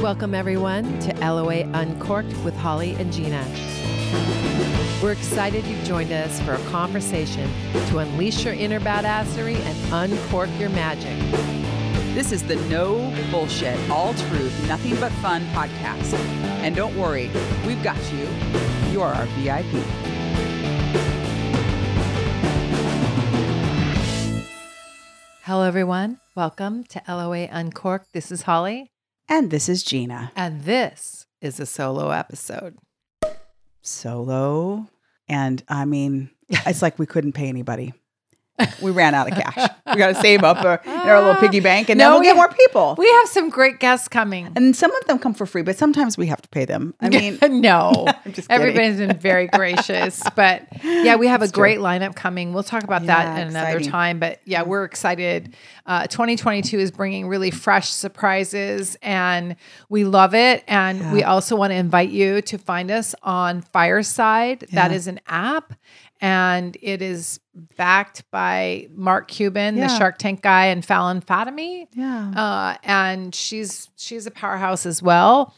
Welcome, everyone, to LOA Uncorked with Holly and Gina. We're excited you've joined us for a conversation to unleash your inner badassery and uncork your magic. This is the No Bullshit, All Truth, Nothing But Fun podcast. And don't worry, we've got you. You're our VIP. Hello, everyone. Welcome to LOA Uncorked. This is Holly, And this is Gina. and this is a solo episode. Solo. And I mean, it's like we couldn't pay anybody. We ran out of cash. We got to save up our, in our little piggy bank and No, now we'll we- get more people. We have some great guests coming. and some of them come for free, but sometimes we have to pay them. I mean, no, I'm just kidding. everybody's been very gracious, but yeah, we have a great lineup coming. We'll talk about that Yeah, at another exciting. time, but yeah, we're excited. Uh, 2022 is bringing really fresh surprises, and we love it. And we also want to invite you to find us on Fireside. That is an app, and it is backed by Mark Cuban, the Yeah. Mm-hmm. Shark Tank guy, and Fallon Fatimi yeah. uh, and she's she's a powerhouse as well.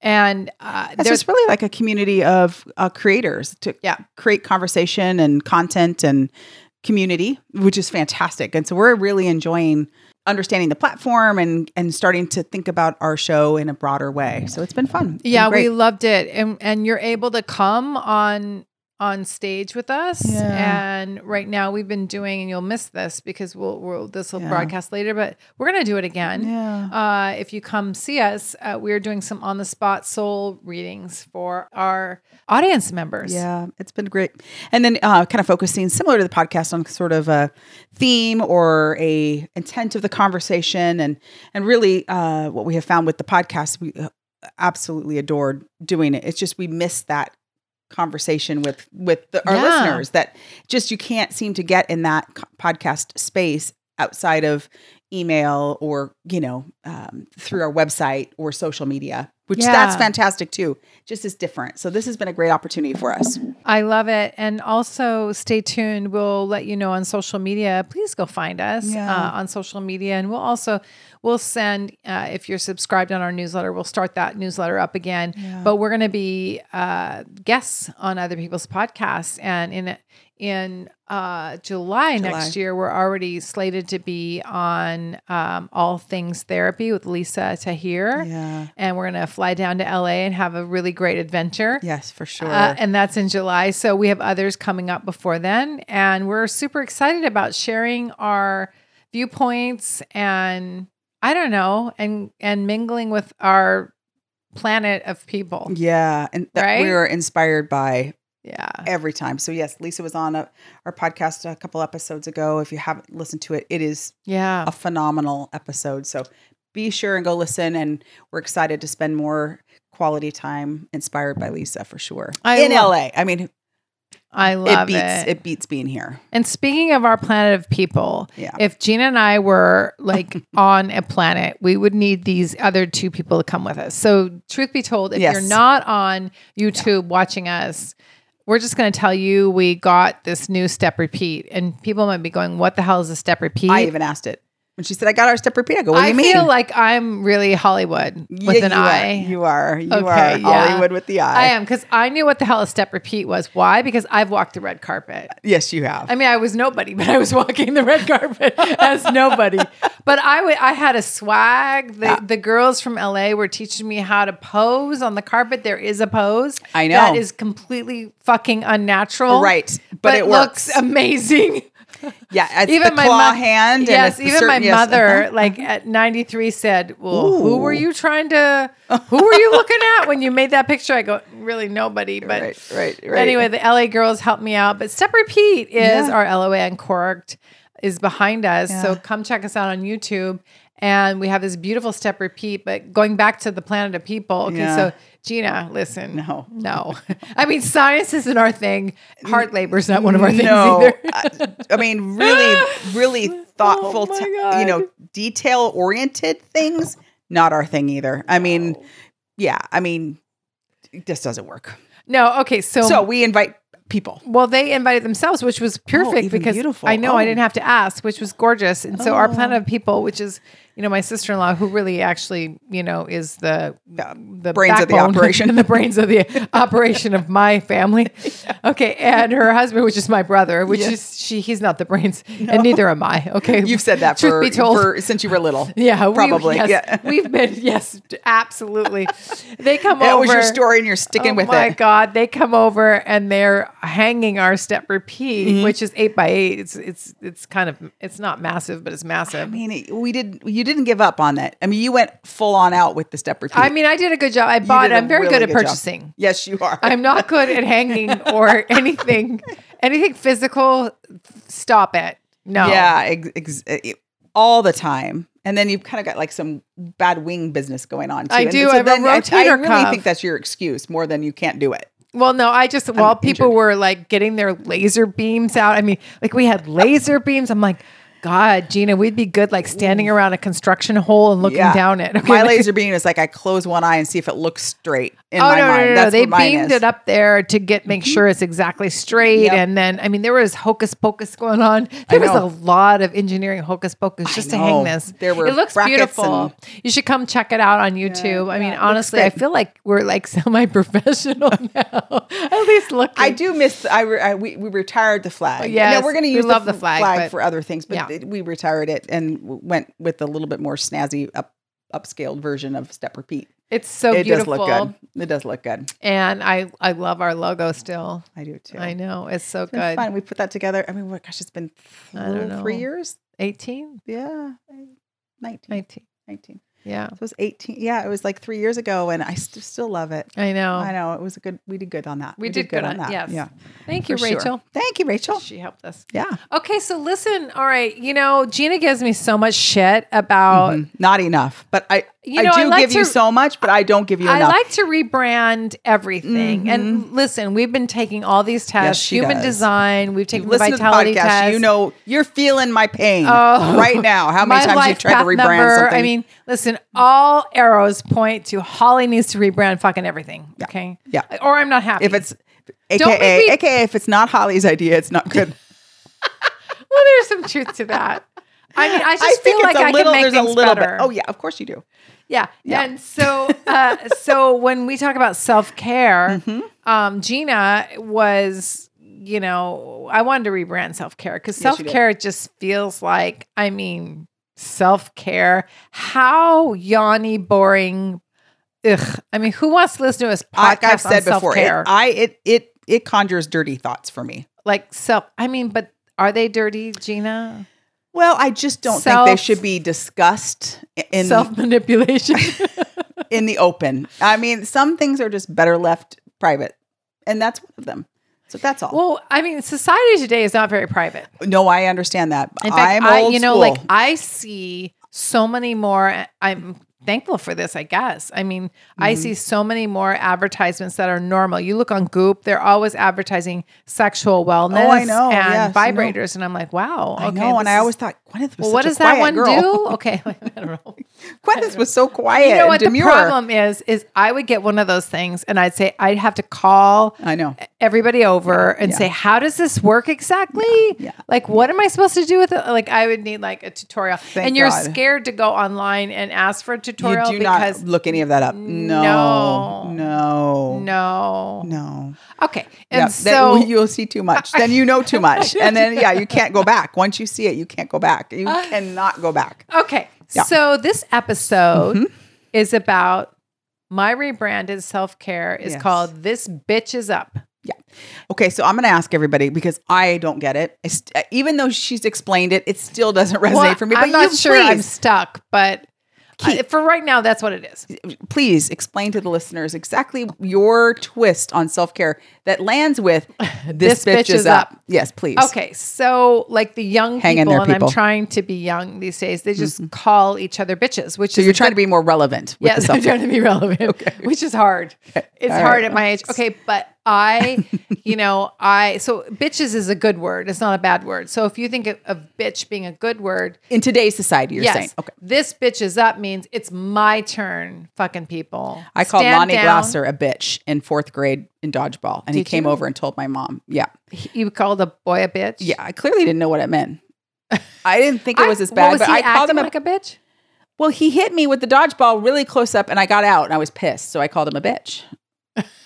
And uh, It's there's just really like a community of uh, creators to Yeah. create conversation and content and community, which is fantastic. And so we're really enjoying understanding the platform and and starting to think about our show in a broader way. So it's been fun. It's been yeah, we great. loved it, and and you're able to come on on stage with us. Yeah. And right now we've been doing, and you'll miss this because we'll, we'll this will Yeah. broadcast later, but we're gonna do it again. yeah. Uh, if you come see us, uh, we're doing some on the spot soul readings for our audience members. Yeah, it's been great. And then uh, kind of focusing similar to the podcast on sort of a theme or a intent of the conversation and and really uh, what we have found with the podcast we uh, absolutely adored doing it. It's just we miss that conversation with with the, our Yeah. listeners that just you can't seem to get in that co- podcast space outside of email or you know um, through our website or social media which that's Yeah. fantastic too just is different so this has been a great opportunity for us I love it. And also stay tuned. We'll let you know on social media. Please go find us Yeah. uh, on social media. And we'll also, we'll send, uh, if you're subscribed on our newsletter, we'll start that newsletter up again. But we're going to be uh, guests on other people's podcasts. And in, in uh, July, next year, we're already slated to be on um, All Things Therapy with Lisa Tahir. Yeah. And we're going to fly down to LA and have a really great adventure. Yes, for sure. Uh, and that's in July. So we have others coming up before then. And we're super excited about sharing our viewpoints and I don't know, and and mingling with our planet of people. yeah, and that Right? Uh. we were inspired by Yeah. every time. So yes, Lisa was on a, our podcast a couple episodes ago. If you haven't listened to it, it is Yeah. a phenomenal episode. So be sure and go listen. And we're excited to spend more quality time inspired by Lisa for sure I in love- LA. I mean, I it love beats it. it. beats being here. And speaking of our planet of people, Yeah. if Gina and I were like on a planet, we would need these other two people to come with us. So, truth be told, if Yes. you're not on YouTube watching us, we're just going to tell you we got this new step repeat. And people might be going, What the hell is a step repeat? I even asked it when she said, "I got our step repeat." I go, "What do I you mean?" feel like I'm really Hollywood with Yeah, an you eye. Are. You are. You Okay, are yeah. Hollywood with the I eye. am because I knew what the hell a step repeat was. Why? Because I've walked the red carpet. Yes, you have. I mean, I was nobody, but I was walking the red carpet as nobody. But I wa- I had a swag. The, the girls from LA were teaching me how to pose on the carpet. There is a pose. I know. That is completely fucking unnatural. Right, but it looks works. amazing. Yeah, it's Even the my claw mo- hand. and Yes, it's the even my certain- yes, mother, uh-huh. like at 93, said, Well, who were Ooh. you trying to, who were you looking at when you made that picture? I go, Really, nobody. But Right, right, right. anyway, the LA girls helped me out. But Step Repeat is Yeah. our LOA Uncorked is behind us. So Yeah. come check us out on YouTube. And we have this beautiful step repeat, but going back to the planet of people. Okay, Yeah. so Gina, listen. No. No. I mean, science isn't our thing. Heart labor's not one of our things no, either. Oh I, I mean, really, really thoughtful, my t- God. you know, detail oriented things. Not our thing either. I mean, yeah, I mean, it just doesn't work. No, okay. So, So we invite people. Well, they invited themselves, which was perfect even because beautiful. I know I Oh. didn't have to ask, which was gorgeous. And so our planet of people, which is you know, my sister in law, who really actually, you know, is the the brains of the backbone operation. and the brains of the operation of my family. Okay, and her husband, which is my brother, which is she, he's not the brains, and neither am I. Okay, You've said that Truth for, be told. for since you were little. yeah, we- probably. yes, yeah. we've been yes, absolutely. They come That over. was your story, and you're sticking oh with my it. god, they come over and they're hanging our step repeat, Mm-hmm. which is eight by eight. It's it's it's kind of it's not massive, but it's massive. I mean, it- we did. You didn't give up on that. I mean, you went full on out with the step repeat. I mean, I did a good job. I You bought. did a I'm very really good at job. purchasing. Yes, you are. I'm not good at hanging or anything, anything physical. Stop it. No. Yeah, ex- ex- it- all the time. And then you've kind of got like some bad wing business going on. Too. I And do. I have a then I, rotator really cuff. think that's your excuse more than you can't do it. Well, no, I just, while people injured. were like getting their laser beams out, I mean, like we had laser beams. I'm like, God, Gina, we'd be good like standing around a construction hole and looking down it. Okay. My like- laser beam is like I close one eye and see if it looks straight in oh, my no, mind. no, no, no. That's They what mine beamed is. Mm-hmm. it up there to get, make sure it's exactly straight. Yep. And then, I mean, there was hocus pocus going on. There was know. a lot of engineering hocus pocus just to know. hang this. There were it looks brackets beautiful. You should come check it out on YouTube. I mean, honestly, I great. feel like we're like semi-professional now. At least look. I do miss. I, re, I we, we retired the flag. Yes, no, we're going to we use love the, the flag, but- for other things, but Yeah. it- we retired it and w- went with a little bit more snazzy up upscaled version of step repeat. It's so it Oh, beautiful. does look good. It does look good. And I, I love our logo still. I do too. I know. It's so It's been good. fun. We put that together. I mean, what, gosh, it's been th- I don't little three know. years. 18, Yeah. 19, 19. 19. Yeah. So it was 18. Yeah, it was like three years ago, and I st- still love it. I know. I know. It was a good, we did good on Oh. that. We, did, good on that. Yes. Yeah. Thank you, for sure. Rachel. Thank you, Rachel. She helped us. Yeah. Okay, so listen, all right, you know, Gina gives me so much shit about Mm, Not enough, but I, Uh, You know, I I do like give you to- so much, but I don't give you I enough. like to rebrand everything. And listen, we've been taking all these tests, Mm-hmm. she human does. design, we've taken the Listen to the vitality podcast. test. You know, you're feeling my pain Oh. right now. How many my times life you've tried to path rebrand number. something? I mean, listen, all arrows point to Holly needs to rebrand fucking everything. Okay. Yeah. Or I'm not happy. if it's, Don't make AKA, me- AKA, if it's not Holly's idea, it's not good. well, there's some truth to that. I mean, I just feel like I little, can make there's a things little better. bit. Oh yeah, of course you do. Yeah. And so, uh, so when we talk about self care, Mm-hmm. um, Gina was, you know, I wanted to rebrand self care because Yes, self you did. care just feels like, I mean, self care. How yawny, boring. Ugh. I mean, who wants to listen to us podcast like I've said on before, it, self-care? I it it it conjures dirty thoughts for me. like self. I mean, but are they dirty, Gina? Well, I just don't think Self- they should be discussed i- in Self manipulation. in the open. I mean, some things are just better left private, and that's one of them. So that's all. well, I mean, society today is not very private. no, I understand that. In fact, I'm i old you know, school. like I see so many more. I'm thankful for this, I guess. I mean, I Mm-hmm. see so many more advertisements that are normal. You look on Goop; they're always advertising sexual wellness Oh, know. and Yes, I know. vibrators, and I'm like, wow. Okay, I know, and this I is- always thought Gwyneth was well, such what a does that quiet one girl. do? Okay, I don't know. Gwyneth was so quiet. You know what and demure. the problem is? Is I would get one of those things, and I'd say I'd have to call I know. everybody over and yeah. say, "How does this work exactly? yeah. Like, what am I supposed to do with it? Like, I would need like a tutorial." and you're God. scared to go online and ask for a You tutorial do not because look any of that up. No, No. no, no. no. Okay, and Yeah, so then you'll see too much. Then you know too much, and then yeah, you can't go back. Once you see it, you can't go back. You Uh, cannot go back. okay, so this episode Mm-hmm. is about my rebranded self care. Is Yes. called "This Bitch Is Up." Yeah. Okay, so I'm going to ask everybody because I don't get it. I st- even though she's explained it, it still doesn't resonate Well, for me. I'm But not you sure I'm please, stuck, but. uh, for right now, that's what it is. please explain to the listeners exactly your twist on self care that lands with this, bitch, is up. Yes, please. Okay, so like the young Hang in people, there, and people. I'm Mm-hmm. trying to be young these days. They just call each other bitches, which So is you're trying to be more relevant with the yes, I'm self care. trying to be relevant, which is hard. It's All hard right. at my age. Okay, but I, you know, I so bitches is a good word. It's not a bad word. So if you think of, of bitch being a good word, In today's society, you're yes, saying okay. this bitch is up means it's my turn. Fucking people, I called Stand Lonnie down. Glasser a bitch in fourth grade in dodgeball, and he Did came you? over and told my mom. Yeah, You called a boy a bitch. yeah. I clearly didn't know what it meant. I didn't think it was as I- well, bad, but he I called acting him a like a bitch. well, he hit me with the dodgeball really close up and I got out and I was pissed. So I called him a bitch.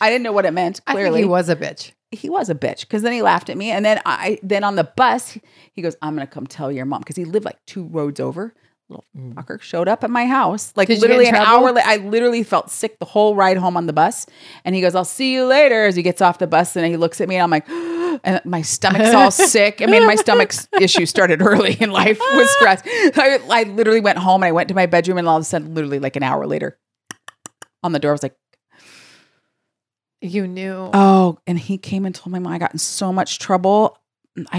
I didn't know what it meant. I think Clearly, he was a bitch. he was a bitch because then he laughed at me and then i then on the bus he goes i'm gonna come tell your mom because he lived like two roads over little fucker showed up at my house like Mm. Did you get literally in an trouble? hour later i literally felt sick the whole ride home on the bus and he goes i'll see you later as he gets off the bus and he looks at me and i'm like and my stomach's all sick i mean my stomach's issue started early in life with stress I, I literally went home and i went to my bedroom and all of a sudden literally like an hour later on the door I was like You knew. Oh, and he came and told my mom I got in so much trouble.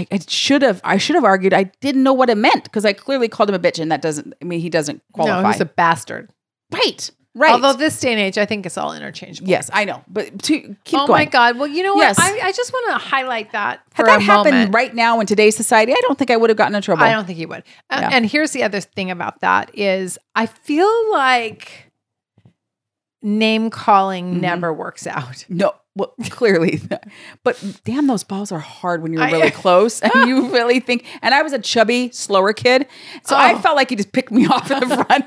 I, I should have I should have argued. I didn't know what it meant because I clearly called him a bitch, and that doesn't I mean he doesn't qualify. No, he's a bastard. right, right. Although this day and age, I think it's all interchangeable. yes, I know, but to keep oh going. my God. Well, you know what? Yes. I, I just want to highlight that. For Had that a happened moment. right now in today's society, I don't think I would have gotten in trouble. I don't think he would. A- Yeah. And here's the other thing about that is I feel like name calling Mhm. never works out. no, well, clearly, but damn, those balls are hard when you're I- really close and you really think. And I was a chubby, slower kid, so I Oh. felt like he just picked me off in the front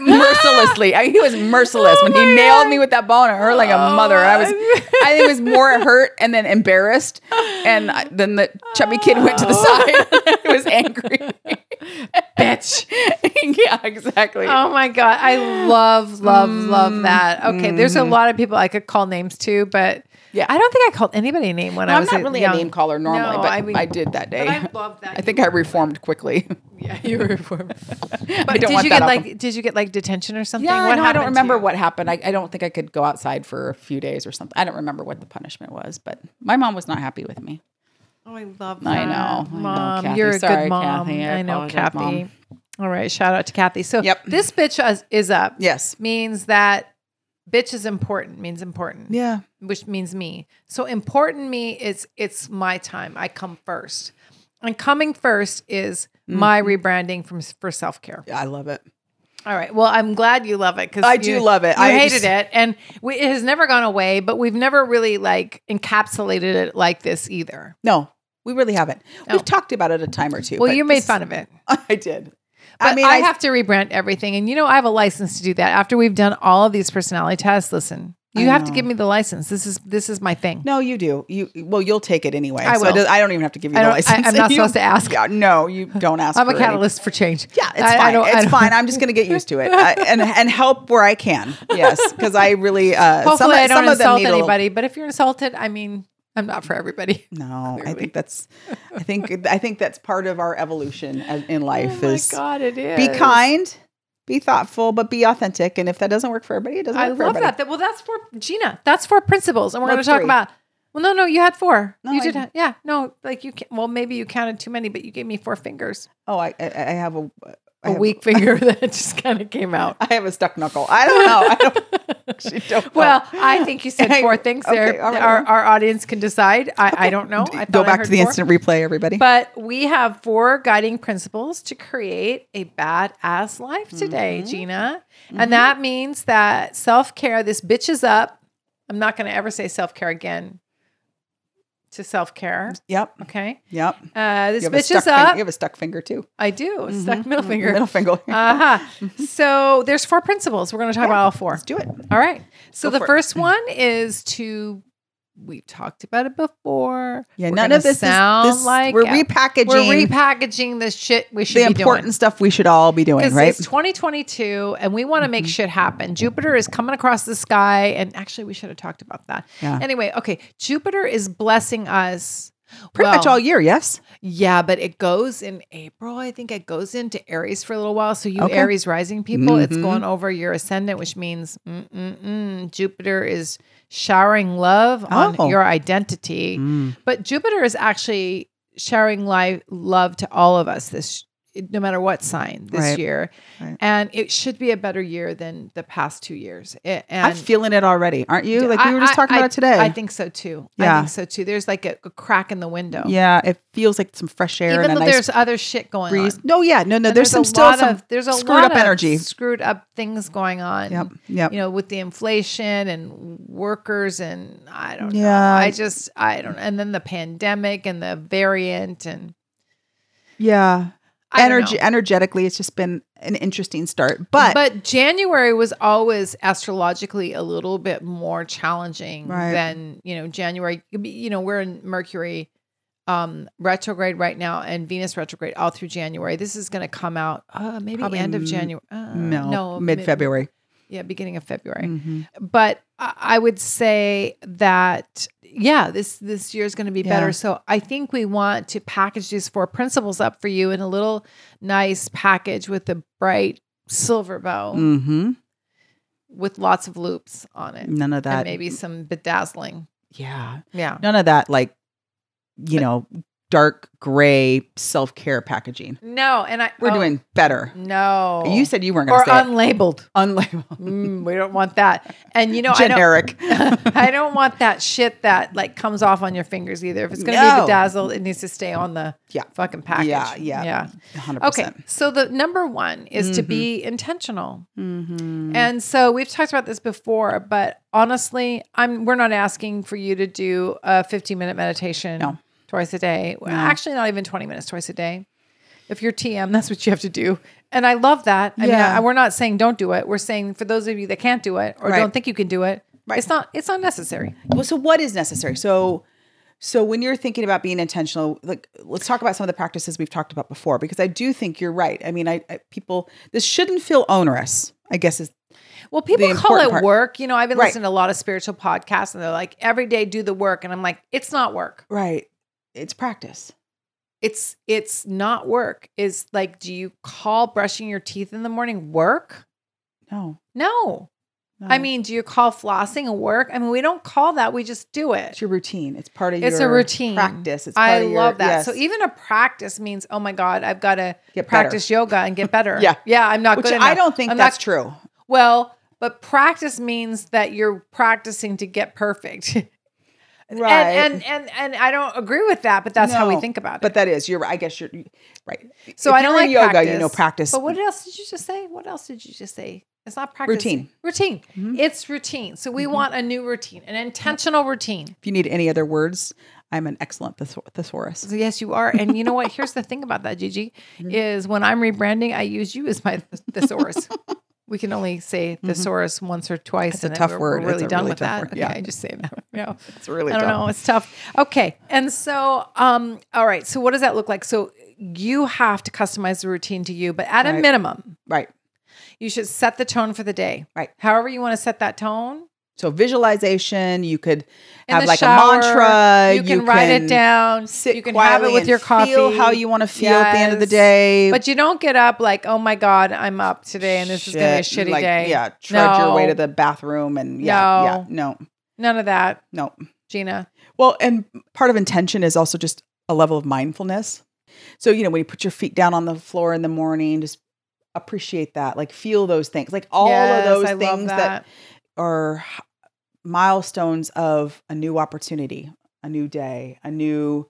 mercilessly. I mean, he was merciless Oh when he my nailed God. Oh. me with that ball and it hurt like a mother. I was, I think it was more hurt and then embarrassed, and I, then the chubby kid went to the Oh. side. He was angry, bitch. yeah, exactly. Oh my God. I love, love, Mm-hmm. love that. Okay. There's a lot of people I could call names to, but Yeah. I don't think I called anybody a name when I I'm was not really young. a name caller normally, No, but I, I mean- did that day. But I love that. I think I reformed quickly. yeah, you were reformed. But I don't did want you that get off like did you get like detention or something? yeah, what no, I happened don't to remember you? what happened. I, I don't think I could go outside for a few days or something. I don't remember what the punishment was, but my mom was not happy with me. Oh, I love that. I know. I know, Mom, Kathy. you're a Sorry, good mom. Kathy. I I, know, apologize, Kathy. Mom. All right, shout out to Kathy. So Yep. this bitch is, is up. Yes. Means that bitch is important, means important. Yeah. Which means me. So important me is it's my time. I come first. And coming first is my Mm-hmm. rebranding from for self care. I love it. All right. Well, I'm glad you love it because I do love it. You I hated just- it, and we, it has never gone away. But we've never really like encapsulated it like this either. No, we really haven't. No. We've talked about it a time or two. Well, but you made this- fun of it. I did. But I mean, I, have to rebrand everything, and you know I have a license to do that. After we've done all of these personality tests, listen, I you have to know. give me the license. This is this is my thing. No, you do. You well, you'll take it anyway. I so will. it does- I don't even have to give you I the don't- I- license. I'm not You- supposed to ask. Yeah, no, you don't ask. I'm a for anything. catalyst for change. Yeah, it's I- I fine. don't- I it's don't- fine. I'm just going to get used to it I, and and help where I can. Yes, because I really uh, Hopefully, some, I don't some of them insult need a little- anybody. But if you're insulted, I mean, I'm not for everybody. No, I Clearly. think that's I think I think that's part of our evolution as, in life oh my is God, it is. be kind, be thoughtful, but be authentic. And if that doesn't work for everybody, it doesn't I work for love everybody. that. That- Well, that's for Gina. That's four principles, and we're No, going to talk three. about. Well, no, no, you had four. No, you I did. didn't. have- yeah, no, like you. Can, well, maybe you counted too many, but you gave me four fingers. Oh, I I, I have a I A have- weak finger that just kind of came out. I have a stuck knuckle. I don't know. I don't, actually don't know. Well, I think you said Hey, four things there. okay, all right. our, our audience can decide. I, I don't know. I thought I go back to heard the four. instant replay, everybody. But we have four guiding principles to create a badass life today, Mm-hmm. Gina. And that means that self care, this bitch is up. I'm not going to ever say self care again to self care. yep, Okay. yep. Uh, this You have, a bitch is stuck finger. up. you have a stuck finger too. I do. Stuck middle finger. Middle finger. uh huh. so there's four principles. We're going to talk about all four. Let's do it. All right. So Go the for it. first one is to we've talked about it before. Yeah, We're none gonna of this sound is this, like we're a- repackaging We're repackaging this shit we should the be important doing. stuff we should all be doing, Because right? Mm-hmm. it's 2022 and we want to make shit happen. Jupiter is coming across the sky. And actually, we should have talked about that. Yeah. Anyway, okay. Jupiter is blessing us. Pretty much well, all year, yes. Yeah, but it goes in April. I think it goes into Aries for a little while. So you Okay. Aries rising people, it's Mhm. going over your ascendant, which means mm, mm, mm, Jupiter is showering love Oh. Mm. on your identity. But Jupiter is actually showering life, love to all of us this no matter what sign this Right. year. Right. And it should be a better year than the past two years. It, and I'm feeling it already, aren't you? Like I- we were just I- talking I- about it today. I think so too. I Yeah. think so too. There's like a, a crack in the window. yeah, it feels like some fresh air Even and though a nice there's other shit going breeze. on. No, yeah, no, no. And There's, some a still lot some of, there's a screwed lot up of energy. screwed up things going on. Yep, yep. You know, with the inflation and workers and I don't know. Yeah. I just I don't and then the pandemic and the variant and yeah, I don't know. energetically, it's just been an interesting start. But, but January was always astrologically a little bit more challenging Right. than you know January. You know we're in Mercury um retrograde right now and Venus retrograde all through January. This is going to come out uh, maybe Probably end of m- January. Uh, no, Mm-hmm, mid- mid February. yeah, beginning of February. But I I would say that yeah, this this year is going to be Yeah. better. So I think we want to package these four principles up for you in a little nice package with a bright silver bow Mm-hmm. with lots of loops on it, None of and Mm, that. maybe some bedazzling. yeah. Yeah, None of that, like, you know, dark gray self care packaging. no, and I We're oh, doing better. no. You said you weren't or going to say it. unlabeled. unlabeled, Mm, we don't want that. And you know, I don't. generic. I don't want that shit that like comes off on your fingers either. If it's going to be No. bedazzled, it needs to stay on the Yeah. fucking package. Yeah, yeah. yeah. 100%. Okay, so the number one is Mm-hmm. to be intentional, Mm. and so we've talked about this before. But honestly, I'm we're not asking for you to do a 15 minute meditation No. twice a day. Well, Actually, not even 20 minutes twice a day. If you're TM, that's what you have to do. And I love that. I mean, Yeah. I, we're not saying don't do it. We're saying for those of you that can't do it or Right. don't think you can do it, Right. it's not it's not necessary. Well, so what is necessary? So, so when you're thinking about being intentional, like let's talk about some of the practices we've talked about before, because I do think you're right. I mean, I, I people this shouldn't feel onerous. I guess is Well, people call important it part. work. You know, I've been Right. listening to a lot of spiritual podcasts and they're like, every day do the work. And I'm like, it's not work. right. It's practice. It's it's not work. Is like, do you call brushing your teeth in the morning work? No, No. no. I mean, do you call flossing a work? I mean, we don't call that. We just do it. it's your routine. It's part of It's your a routine. practice. It's part I of your- love that. yes. So even a practice means, oh my God, I've got to Get better. practice yoga and get better. Yeah. Yeah. I'm not which good I enough. don't think I'm not that's true. Well, but practice means that you're practicing to get perfect. Right. And, and and and I don't agree with that, but that's how we No, think about But it. that is you're. right. I guess you're right. So If I don't you're in like yoga. practice, You know, practice. But what else did you just say? What else did you just say? It's not practice. Routine. Routine. Mm-hmm. It's routine. So we want a new routine, an intentional routine. if you need any other words, I'm an excellent thesau- thesaurus. So yes, you are. And you know what? Here's the thing about that, Gigi, is when I'm rebranding, I use you as my th- thesaurus. we can only say thesaurus once or twice. It's a tough word. We're really It's a done really with tough that. word. Okay, Yeah. I just say that. No. It's really. I don't dumb. know. It's tough. Okay. And so, um, all right. So what does that look like? So you have to customize the routine to you, but at a Right. minimum, Right. you should set the tone for the day. Right. However you want to set that tone. So visualization, you could In have the like shower, a mantra. You can write it can down. Sit you can have it quietly with and your coffee. Feel how you want to feel at the end of the Yes. day. But you don't get up like, oh my God, I'm up today and this is gonna be a Shit, shitty like, day. Yeah, trudge your way No. to the bathroom and yeah, yeah, None of that, no, no. Gina. Well, and part of intention is also just a level of mindfulness. So you know when you put your feet down on the floor in the morning, just appreciate that, like feel those things, like all Yes, of I those love things that that are h- milestones of a new opportunity, a new day, a new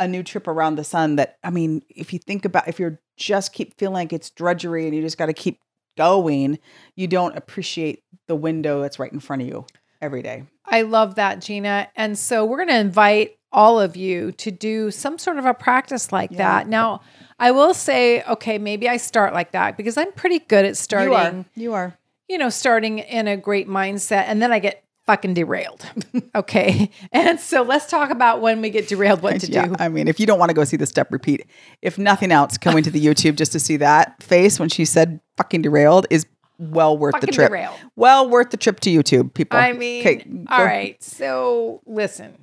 a new trip around the sun that I mean, if you think about if you're just keep feeling like it's drudgery and you just got to keep going, you don't appreciate the window that's right in front of you every day. I love that, Gina. And so we're going to invite all of you to do some sort of a practice like Yeah. that. Now, I will say, okay, maybe I start like that because I'm pretty good at starting, You are. You are. you know, starting in a great mindset and then I get fucking derailed. okay. And so let's talk about when we get derailed, what to Yeah, do. I mean, if you don't want to go see the step repeat, if nothing else, coming to the YouTube just to see that face when she said "fucking derailed" is well worth Fucking the trip. derailed. Well worth the trip to YouTube, people. I mean, Okay, all go. right. So listen.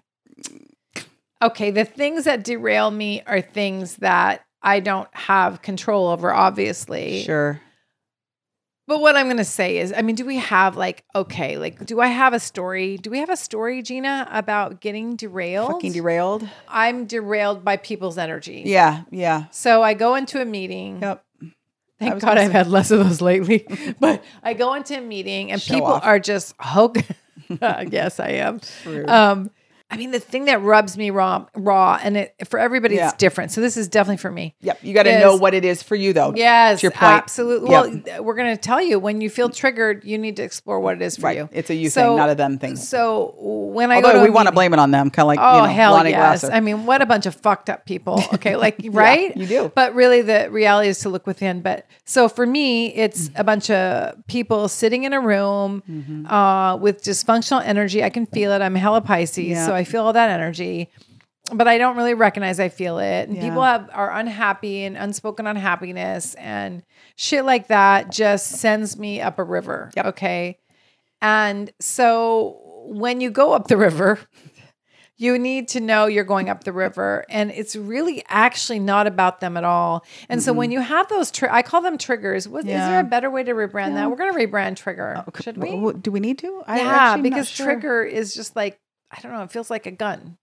Okay, the things that derail me are things that I don't have control over, obviously. Sure. But what I'm going to say is, I mean, do we have like, okay, like, do I have a story? Do we have a story, Gina, about getting derailed? Fucking derailed. I'm derailed by people's energy. Yeah, yeah. So I go into a meeting. Yep. I Thank was God gonna I've had less of those lately. but I go into a meeting and Show people off. are just hogan. oh, uh, yes, I am. Rude. Um, I mean, the thing that rubs me raw, raw, and it for everybody Yeah. it's different. So this is definitely for me. Yep. You got to Is- know what it is for you, though. Yes, To your point. absolutely. Yep. Well, th- we're going to tell you when you feel triggered, you need to explore what it is for Right. you. It's a you thing, not a them thing. So when I go Although to we a want to meeting- blame it on them, kind of like Oh you know, hell Lonnie yes! Glasser. I mean, what a bunch of fucked up people. Okay, like right? you do. But really, the reality is to look within. But so for me, it's Mm-hmm. a bunch of people sitting in a room uh, with dysfunctional energy. I can feel it. I'm hella Pisces, Yeah. so I feel all that energy. But I don't really recognize I feel it. And Yeah. people have, are unhappy and unspoken unhappiness and shit like that just sends me up a river. Yep. Okay. And so when you go up the river, you need to know you're going up the river and it's really actually not about them at all and so when you have those tri- i call them triggers what, is Mm-hmm. Yeah. Oh, there a better way to rebrand that we're going to rebrand trigger should we W- w- do we need to? I yeah actually am not because sure. trigger is just like i don't know it feels like a gun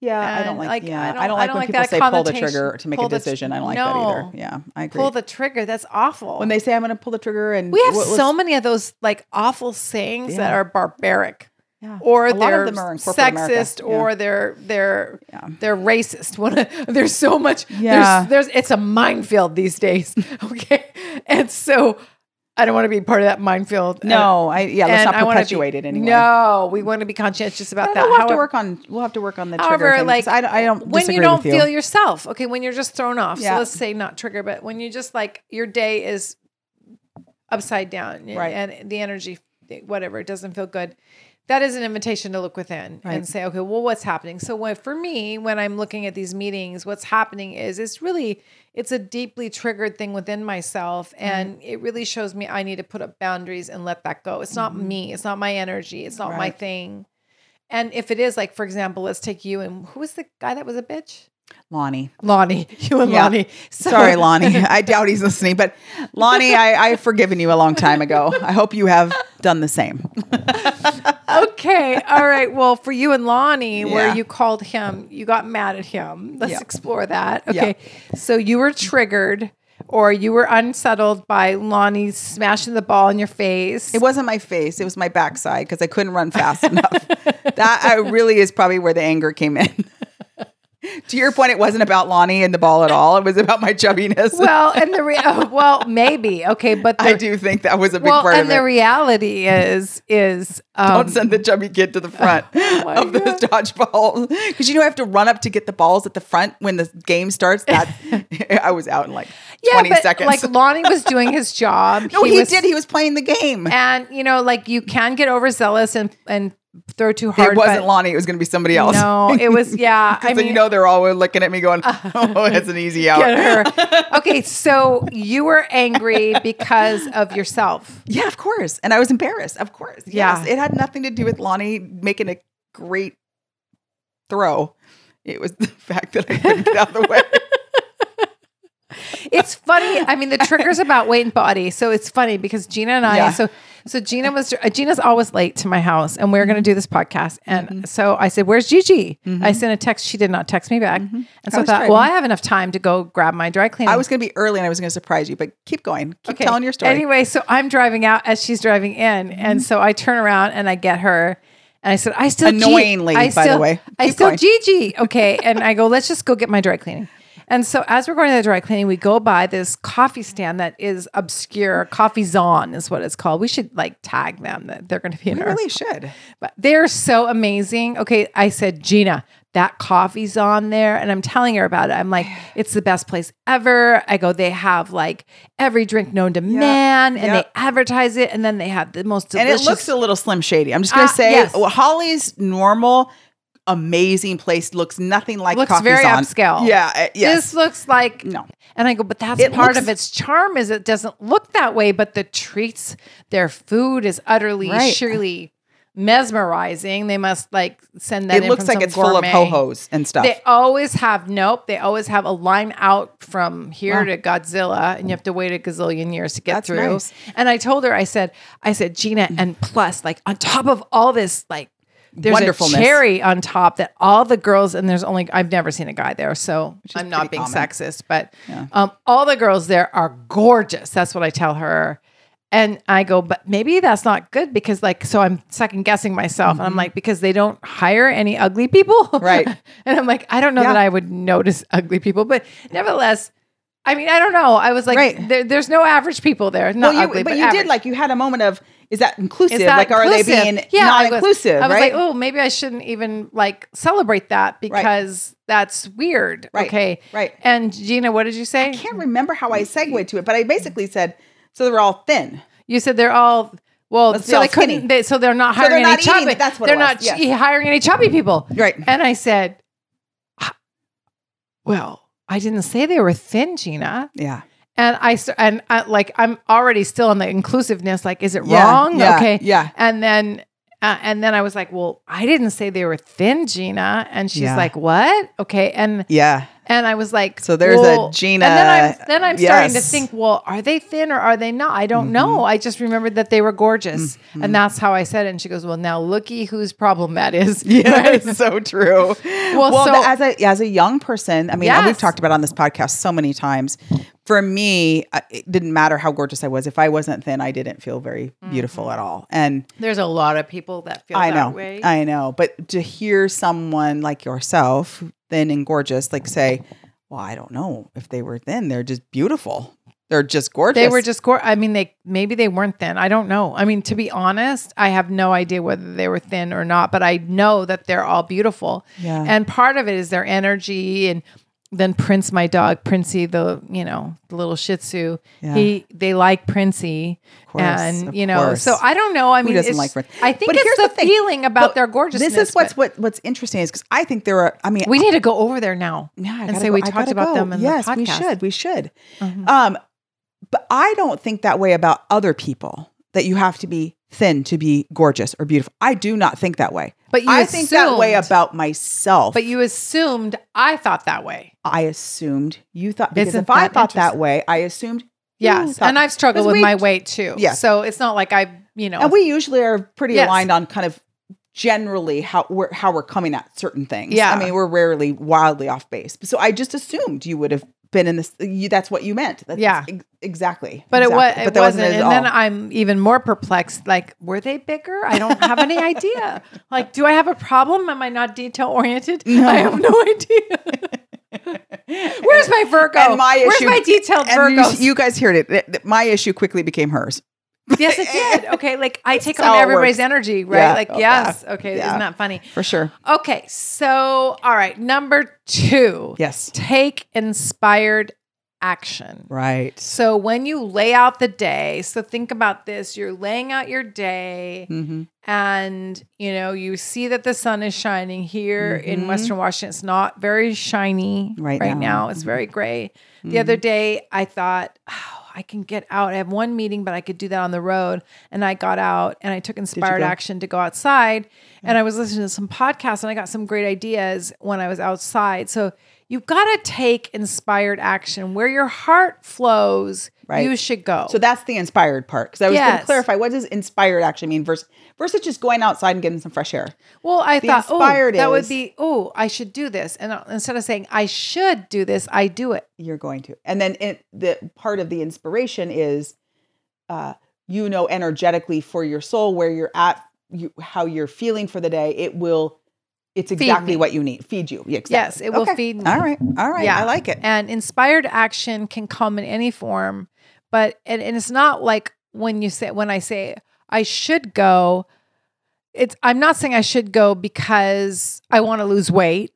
Yeah, I don't and, like. like, yeah, I I don't, don't- I like don't when like people that say pull the connotation. trigger to make a Pull the tr- decision. I don't like No. that either. Yeah, I agree. pull the trigger that's awful when they say I'm going to pull the trigger, and we have what was- so many of those like awful sayings that Yeah. are barbaric yeah. or A lot they're of them are in corporate America. sexist Yeah. or they're they're Yeah. they're racist. One, there's so much. Yeah. There's, there's it's a minefield these days. Okay, and so I don't want to be part of that minefield. no, I yeah, let's and I not wanna be- perpetuate it anyway. No, we want to be conscientious about I don't that. know, we'll have to However- work on. We'll have to work on the trigger. However, thing, like 'cause I don't, I don't when you disagree don't with you. feel yourself, okay, when you're just thrown off. Yeah. So let's say not trigger, but when you just like your day is upside down and- Right. and the energy, whatever, it doesn't feel good. That is an invitation to look within Right. and say, okay, well, what's happening? So when, for me, when I'm looking at these meetings, what's happening is it's really it's a deeply triggered thing within myself, Mm-hmm. and it really shows me I need to put up boundaries and let that go. It's not me. It's not my energy. It's not my Mm-hmm. Right. thing. And if it is like, for example, let's take you and who was the guy that was a bitch? Lonnie. Lonnie. You and Yeah. Lonnie. So- Sorry, Lonnie. I doubt he's listening, but Lonnie, I, I've forgiven you a long time ago. I hope you have done the same. Okay. All right. Well, for you and Lonnie, Yeah. where you called him, you got mad at him. Let's Yeah. explore that. Yeah. Okay. So you were triggered or you were unsettled by Lonnie smashing the ball in your face. It wasn't my face; it was my backside because I couldn't run fast enough. That I really is probably where the anger came in. to your point, it wasn't about Lonnie and the ball at all. It was about my chubbiness. well, and the re- oh, well, maybe. Okay, but the, I do think that was a big well, part and of it. the reality is is um, Oh Don't send the chubby kid to the front my of those dodgeballs because you know I have to run up to get the balls at the front when the game starts. That I was out in like twenty seconds. like Lonnie was doing his job. no, he, was- did. He was playing the game. and you know, like you can get overzealous and and throw too hard. It wasn't but- Lonnie. It was going to be somebody else. No, it was yeah. I So mean, you know they're all looking at me going, "Oh, it's an easy out." get her. Okay, so you were angry because of yourself. Yeah, of course. And I was embarrassed, of course. Yeah. Yes. It had nothing to do with Lonnie making a great throw. It was the fact that I couldn't get out of the way. It's funny. I mean, the trigger's about weight and body, so it's funny because Gina and I. Yeah. So so Gina was uh, Gina's always late to my house, and we are going Mm-hmm. to do this podcast. And so I said, "Where's Gigi?" I sent a text. She did not text me back, and so I, Mm-hmm. was thought, driving. well, I have enough time to go grab my dry cleaning. I was going to be early and I was going to surprise you, but keep going. Keep telling your story. Anyway, so I'm driving out as she's driving in, and so I turn around and I get her, and I said, "I still G- Annoyingly, I by the still, way. I Keep still going. Gigi." Okay, and I go, "Let's just go get my dry cleaning." And so as we're going to the dry cleaning, we go by this coffee stand that is obscure. Coffee Zon is what it's called. We should like tag them that they're going to be in you our really should. but they're so amazing. Okay, I said, Gina, that coffee's on there. And I'm telling her about it. I'm like, it's the best place ever. I go, they have like every drink known to man and Yep. they advertise it. And then they have the most And delicious. it looks a little slim shady. I'm just going Ah, to say yes. well, Holly's normal, amazing place looks nothing like Looks Coffee's very on. upscale. Yeah. uh, yes. This looks like No. and I go, but that's It part looks- of its charm is it doesn't look that way, but the treats, their food is utterly, Right. surely mesmerizing. They must like send that. It in looks from like some it's full of gourmet. ho hos and stuff. They always have nope. They always have a line out from here Wow. to Godzilla, and you have to wait a gazillion years to get That's through. nice. And I told her, I said, I said, Gina, and plus, like on top of all this, like there's a Wonderfulness. cherry on top that all the girls and there's only I've never seen a guy there, so is I'm not pretty being common. sexist, but um, all the girls there are gorgeous. That's what I tell her. And I go, but maybe that's not good because, like, so I'm second guessing myself. And I'm like, because they don't hire any ugly people. Mm-hmm. Right. and I'm like, I don't know Yeah. that I would notice ugly people, but nevertheless, I mean, I don't know. I was like, Right. there, there's no average people there. Not Well, you, ugly, but, but, you average. did like you had a moment of is that inclusive? Is that like, are inclusive? they being Yeah, not I was- inclusive? I was right? like, oh, maybe I shouldn't even like celebrate that because that's weird. Right. Okay. Right. And Gina, what did you say? I can't remember how I segued to it, but I basically said, so they're all thin. You said they're all well, Let's be so all they skinny. couldn't. They, so they're not hiring they're not any eating- chubby. that's what it they're was, not yes. ch- hiring any chubby people. Right. And I said, "Ah, well, I didn't say they were thin, Gina. Yeah. And I s- and I, like I'm already still on the inclusiveness. Like, is it Yeah, wrong? yeah, okay. yeah. And then. Uh, and then I was like, "Well, I didn't say they were thin, Gina." And she's Yeah. like, "What? Okay." And Yeah. and I was like, So there's a well- Gina- And then I'm, then I'm starting to Yes. Mm-hmm. think, well, are they thin or are they not? I don't know. I just remembered that they were gorgeous. And that's how I said it. And she goes, well, now looky whose problem that is. Yeah, it's so true. Well, so- the- as a as a young person, I mean, and we've Yes. talked about it on this podcast so many times. For me, I- it didn't matter how gorgeous I was. If I wasn't thin, I didn't feel very beautiful at all. And There's a lot of people that Mm-hmm. feel I that know, way. I know. But to hear someone like yourself, thin and gorgeous, like say, "Well, I don't know if they were thin. They're just beautiful. They're just gorgeous. they were just gor I mean, they maybe they weren't thin. I don't know. I mean, to be honest, I have no idea whether they were thin or not, but I know that they're all beautiful. Yeah. And part of it is their energy and then Prince, my dog, Princey, the you know, the little Shih Tzu. Yeah. He they like Princey, course, and of you know, so course. I don't know. I mean, doesn't it's- like Prince? I think But it's here's the, the thing. feeling about But their gorgeousness. This is what's but what what's interesting is because I think there are. I mean, we need to go over there now. Yeah, I and gotta say go- we I talked gotta about go. them in the yes, we podcast. should. We should. Um, but I don't think that way about other people. That you have to be thin to be gorgeous or beautiful. I do not think that way. But you I think that way assumed- about myself. But you assumed I thought that way. I assumed you thought because Isn't if I that thought that interesting? way, I assumed. you Yes, thought- and I've struggled 'Cause with we- my weight too. Yeah. so it's not like I, you know, And we usually are pretty Yes. aligned on kind of generally how we're how we're coming at certain things. Yeah. I mean, we're rarely wildly off base. So I just assumed you would have been in this. You, that's what you meant. That's Yeah. ex- exactly. But it, was, exactly. it But that wasn't. it at And then all. I'm even more perplexed. Like, were they bigger? I don't have any idea. Like, do I have a problem? Am I not detail oriented? I have no idea. Where's my Virgo? and my Where's issue, my detailed and you- Virgo? You, guys heard it. Th- th- My issue quickly became hers. yes, it did. Okay, like I take how on it everybody's works. energy, right? Yeah. Like, Oh, yeah. yes. Okay, Yeah. isn't that funny? For sure. Okay, so all right, number two. Yes. Take inspired action. Right. So when you lay out the day, so think about this, you're laying out your day hmm and you know, you see that the sun is shining here Mhm. in western Washington. It's not very shiny Right right, now. now. It's very Mm-hmm. gray. The other day I thought, "Oh, I can get out. I have one meeting, but I could do that on the road." And I got out and I took inspired go? action to go outside and I was listening to some podcasts and I got some great ideas when I was outside. So You've got to take inspired action where your heart flows. Right. You should go. So that's the inspired part. Because I was going to Yes. clarify what does inspired actually mean versus versus just going outside and getting some fresh air. Well, I thought, oh, inspired that is- would be, oh, I should do this. And uh, instead of saying, I should do this, I do it. You're going to, and then it, the part of the inspiration is, uh, you know, energetically for your soul where you're at, you how you're feeling for the day. It will. It's exactly me. what you need. Feed you. Yeah, Yes, exactly. it will Okay. feed me. All right. All right. I like it. And inspired action can come in any form, but, and, and it's not like when you say, when I say, I should go, it's, I'm not saying I should go because I want to lose weight.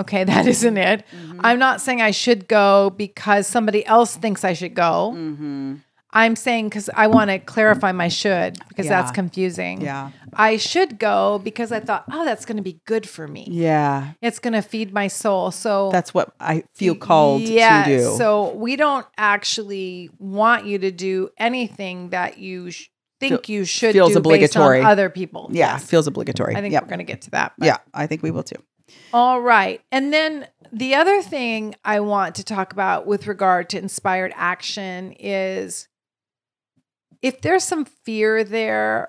Okay, that isn't it. Mm-hmm. I'm not saying I should go because somebody else thinks I should go. Mm-hmm. I'm saying because I want to clarify my should because Yeah. that's confusing. Yeah. I should go because I thought, oh, that's going to be good for me. Yeah. It's going to feed my soul. So That's what I feel called Yes. to do. So we don't actually want you to do anything that you sh- think you should feels do obligatory. based on other people. yeah, Yes. feels obligatory. I think Yep. we're going to get to that. but- yeah, I think we will too. All right. And then the other thing I want to talk about with regard to inspired action is if there's some fear there,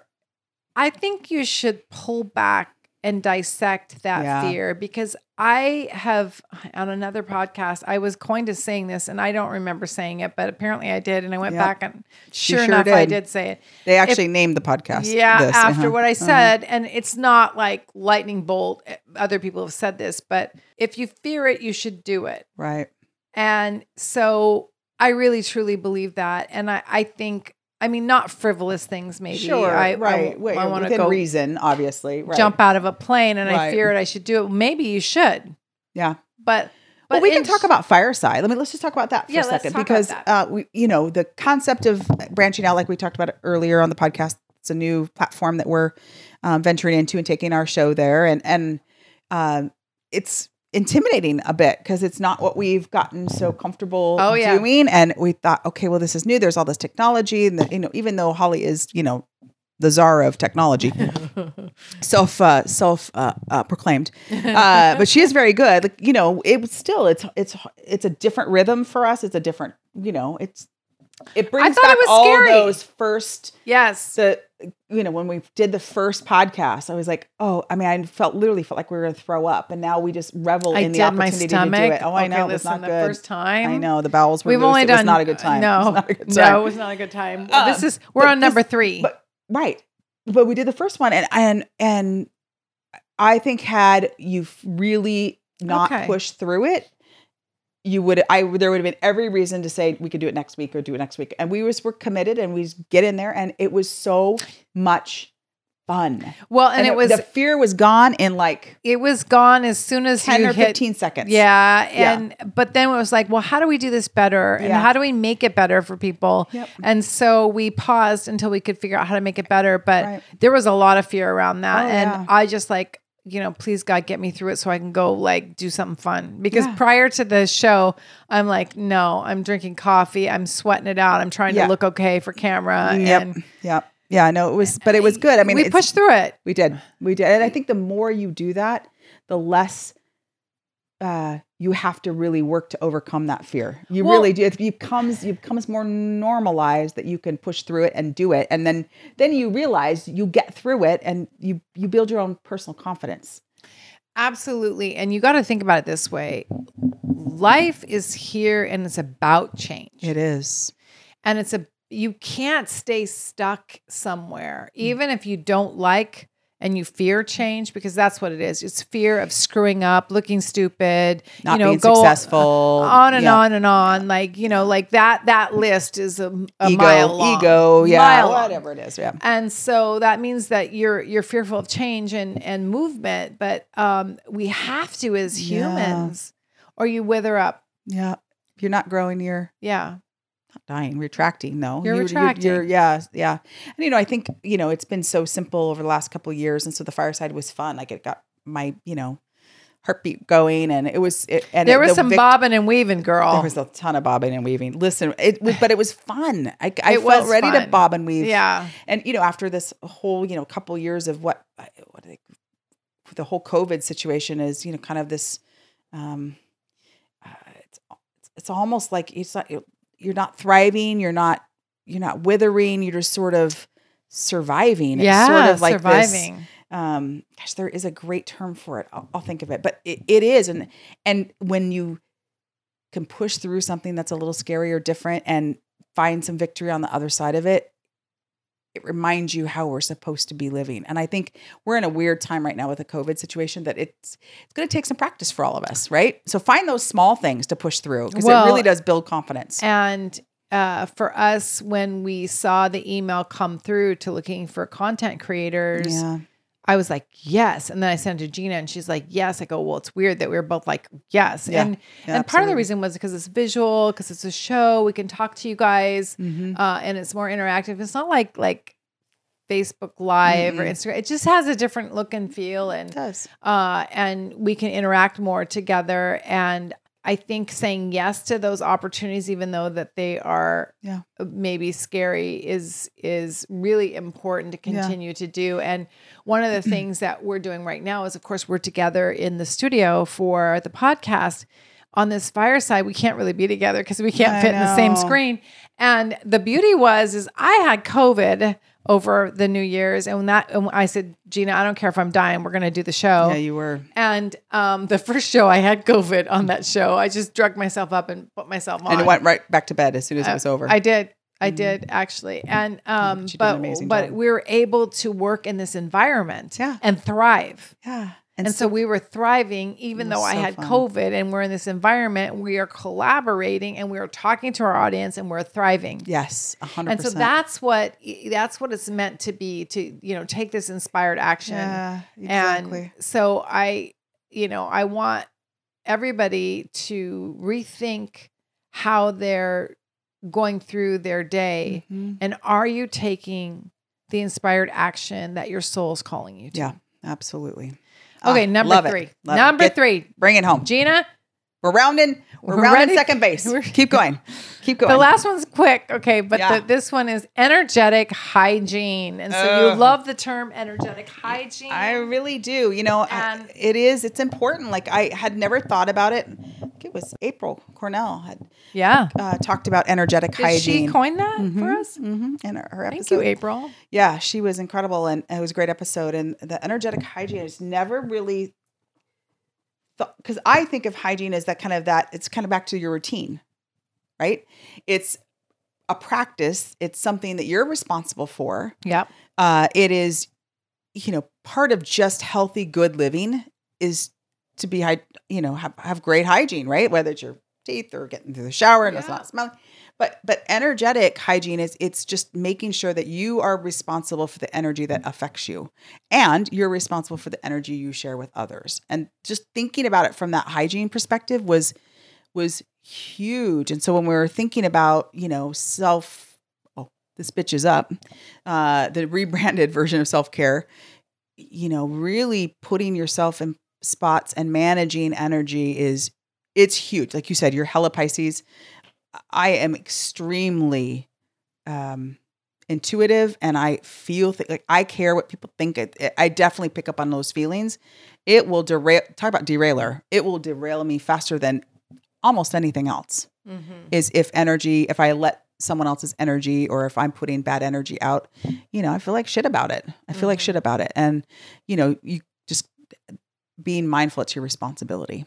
I think you should pull back and dissect that Yeah. fear because I have on another podcast, I was coined as saying this and I don't remember saying it, but apparently I did. And I went Yep. back and She sure, sure enough, I did. did say it. They actually named the podcast. Yeah, this, after uh-huh. what I Uh-huh. said. And it's not like lightning bolt. eh, Other people have said this, but if you fear it, you should do it. Right. And so I really truly believe that. And I, I think, I mean, not frivolous things, maybe. Sure. I, right. I, Wait, I want to within go reason, obviously. Right. jump out of a plane and I Right. fear it. I should do it. Maybe you should. Yeah. But, but well, we can in- talk about fireside. Let me let's just talk about that for Yeah, a let's second talk about because that. uh, we, you know, the concept of branching out, like we talked about earlier on the podcast, it's a new platform that we're um, venturing into and taking our show there, and and um, it's intimidating a bit because it's not what we've gotten so comfortable Oh, yeah. doing, and we thought, okay, well, this is new. There's all this technology, and the, you know, even though Holly is, you know. The czar of technology, self uh, self uh, uh, proclaimed, uh, but she is very good. Like you know, it was still it's it's it's a different rhythm for us. It's a different you know it's it brings thought it back was all scary. those first yes. the you know when we did the first podcast. I was like, oh, I mean, I felt literally felt like we were gonna throw up, and now we just revel I in the did my opportunity to do stomach. it. Oh, I Okay, know it was listen, not the good. first time. I know the bowels were. We've loose. only it done was not a good time. It No, was not a good no, time. it was not a good time. Uh, this is we're but on number this- three. but- Right. But we did the first one and and and I think had you f- really not Okay. pushed through it, you would I there would have been every reason to say we could do it next week or do it next week. And we was were committed and we just get in there and it was so much fun. And, well, and, it was the fear was gone in like it was gone as soon as 10 you or hit 15 seconds. Yeah. Yeah. And but then it was like, well, how do we do this better? And Yeah. how do we make it better for people? Yep. And so we paused until we could figure out how to make it better. But Right. there was a lot of fear around that. Oh, and yeah. I just like, you know, please God get me through it so I can go like do something fun. Because Yeah. prior to the show, I'm like, no, I'm drinking coffee, I'm sweating it out, I'm trying Yeah. to look okay for camera. Yep. And Yep. Yeah, I know it was but it was good. I mean we it's- pushed through it. We did. We did. And I think the more you do that, the less uh, you have to really work to overcome that fear. You Well- really do. It becomes it becomes more normalized that you can push through it and do it, and then then you realize you get through it, and you you build your own personal confidence. Absolutely. And you got to think about it this way life is here and it's about change. is. and it's a you can't stay stuck somewhere even if you don't like and you fear change because that's what it is it's fear of screwing up looking stupid Not you know being go successful. on and Yeah. on and on like you know like that that list is a, a ego, mile long. ego, yeah, Mile long. whatever it is, yeah. And so that means that you're you're fearful of change and and movement, but um, we have to as Yeah. humans, or you wither up. Yeah. If you're not growing, you're Yeah, dying, retracting though. You're retracting. yeah, yeah. And you know, I think you know it's been so simple over the last couple of years, and so the fireside was fun. Like it got my you know heartbeat going, and it was. It, and there it- was the some vic- bobbing and weaving, girl. There was a ton of bobbing and weaving. Listen, it was, but it was fun. I, I It felt was ready to fun. bob and weave. yeah, And you know, after this whole you know couple of years of what uh, what do they, the whole COVID situation is, you know, kind of this. um uh, It's it's almost like it's not you're not thriving. You're not you're not withering. You're just sort of surviving. It's sort of like This, surviving. um, gosh, there is a great term for it. I'll, I'll think of it, but it, it is, and and when you can push through something that's a little scary or different and find some victory on the other side of it, it reminds you how we're supposed to be living. And I think we're in a weird time right now with the COVID situation that it's it's going to take some practice for all of us, right? So find those small things to push through because Well, it really does build confidence. And uh, for us, when we saw the email come through to looking for content creators, Yeah, I was like, yes. And then I sent it to Gina and she's like, yes. I go, well, it's weird that we were both like, yes. Yeah. and and part Yeah, of absolutely. the reason was because it's visual, because it's a show, we can talk to you guys, Mm-hmm. uh, and it's more interactive. It's not like like Facebook Live or Instagram. It just has a different look and feel. And it does. uh, and we can interact more together. And I think saying yes to those opportunities, even though that they are Yeah. maybe scary, is is really important to Yeah. continue to do. And one of the things that we're doing right now is, of course, we're together in the studio for the podcast. On this fireside, we can't really be together because we can't I fit in the same know. screen. And the beauty was, is I had COVID over the New Year's, and when that and I said, Gina, I don't care if I'm dying, we're gonna do the show. Yeah, you were. and um, the first show I had COVID on that show. I just drug myself up and put myself on. And it went right back to bed as soon as it was over. Uh, I did. I did actually, and um, She did an but amazing but job. we were able to work in this environment, Yeah. and thrive. yeah. And, so we were thriving, even It was though I so had fun. COVID, and we're in this environment. We are collaborating, and we are talking to our audience, and we're thriving. yes, 100%. And so that's what that's what it's meant to be to you know take this inspired action. yeah, And so I, you know, I want everybody to rethink how they're going through their day. Mhm. And are you taking the inspired action that your soul's calling you to? Yeah, absolutely. Okay, Ah, number love it, three. love it. Number Get- three, Bring it home. Gina. We're rounding. We're, We're rounding ready. second base. We're- Keep going. Keep going. The last one's quick, okay, but Yeah. the, this one is energetic hygiene. And so you Ugh. love the term energetic hygiene. I really do. You know, I- And- it is. It's important. Like I had never thought about it. I think it was April Cornell had yeah. uh, talked about energetic Did hygiene. she coin that for Mhm, us? mhm, in her, her episode. Thank you, April. Yeah, she was incredible, and it was a great episode. And the energetic hygiene is never really because I think of hygiene as that kind of that it's kind of back to your routine, right? It's a practice. It's something that you're responsible for. Yep. Uh, it is, you know, part of just healthy, good living is to be, hy- you know, have, have great hygiene, right? Whether it's your teeth or getting through the shower and it's Yeah. not smelling. But but energetic hygiene is it's just making sure that you are responsible for the energy that affects you, and you're responsible for the energy you share with others. And just thinking about it from that hygiene perspective was was huge. And so when we were thinking about you know self oh, this bitch is up uh, the rebranded version of self-care you know really putting yourself in spots and managing energy is it's huge like you said you're hella pisces i am extremely um intuitive and i feel th- like i care what people think I, I definitely pick up on those feelings it will derail talk about derailer it will derail me faster than almost anything else Mm-hmm. is if energy, if I let someone else's energy or if I'm putting bad energy out, you know, I feel like shit about it. I feel like Mhm. shit about it. And, you know, you just being mindful, it's your responsibility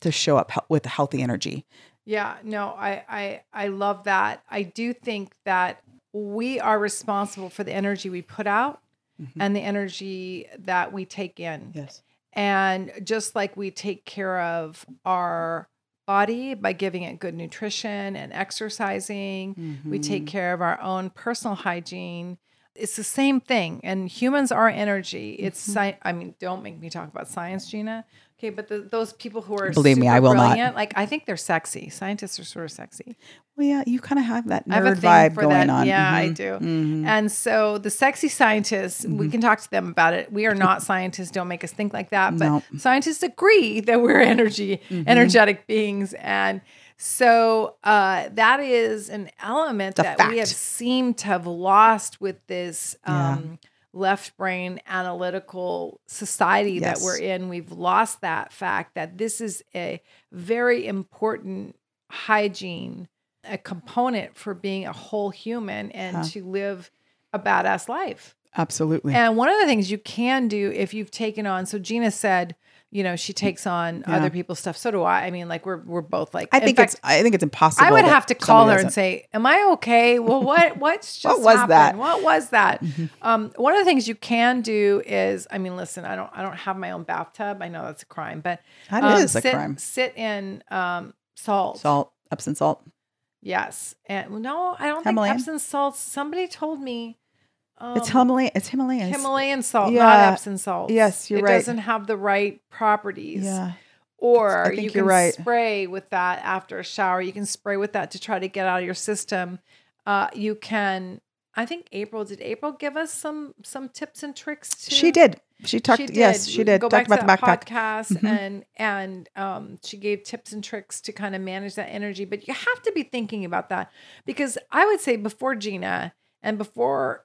to show up hel- with healthy energy. Yeah, no, I, I I love that. I do think that we are responsible for the energy we put out Mhm. and the energy that we take in. Yes. And just like we take care of our body by giving it good nutrition and exercising, we Mm-hmm. take care of our own personal hygiene. It's the same thing. And humans are energy. It's Mm-hmm. sci- I mean, don't make me talk about science, Gina. Okay, but the, those people who are Believe me, super I will not. brilliant, Like I think they're sexy. Scientists are sort of sexy. Well, yeah, you kind of have that nerd I have a thing vibe for going that. on. Yeah, I Mhm. do. Mhm. And so the sexy scientists, we Mm-hmm. can talk to them about it. We are not scientists. Don't make us think like that. But No. scientists agree that we're energy, Mm-hmm. energetic beings. And so uh, that is an element a that we have fact. seemed to have lost with this Yeah. um, left brain analytical society Yes. that we're in. We've lost that fact that this is a very important hygiene, a component for being a whole human and Yeah. to live a badass life. Absolutely. And one of the things you can do if you've taken on, so Gina said, you know, she takes on Yeah. other people's stuff. So do I. I mean, like we're we're both like. I in think fact, it's I think it's impossible. I would that have to somebody call her and doesn't- say, "Am I okay? Well, what what's just was happened? that?" Mm-hmm. What was that?" Um, one of the things you can do is, I mean, listen, I don't I don't have my own bathtub. I know that's a crime, but That um, is a sit, crime. Sit in um, salt. Salt, Epsom salt. Yes, and well, no, I don't Himalayan? think Epsom salts. Somebody told me um, it's Himalayan. It's Himalayas. Himalayan salt, Yeah. not Epsom salts. Yes, you're it right. doesn't have the right properties Yeah. or I you think can you're right. spray with that after a shower. You can spray with that to try to get out of your system. Uh, you can. I think April did. April give us some some tips and tricks too. She did. She talked. Yes, she did. Go Talked back about to the that backpack. podcast Mhm. and and um, she gave tips and tricks to kind of manage that energy. But you have to be thinking about that because I would say before Gina and before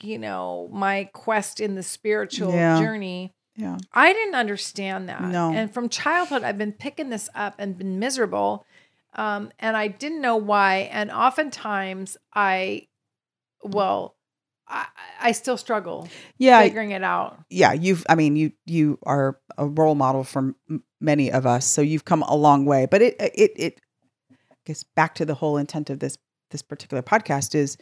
you know my quest in the spiritual Yeah. journey, Yeah. I didn't understand that. No. And from childhood, I've been picking this up and been miserable. Um, and I didn't know why. And oftentimes, I, well, I, I still struggle yeah, figuring it out. yeah you've i mean you you are a role model for m- many of us so you've come a long way but it it it gets back to the whole intent of this this particular podcast is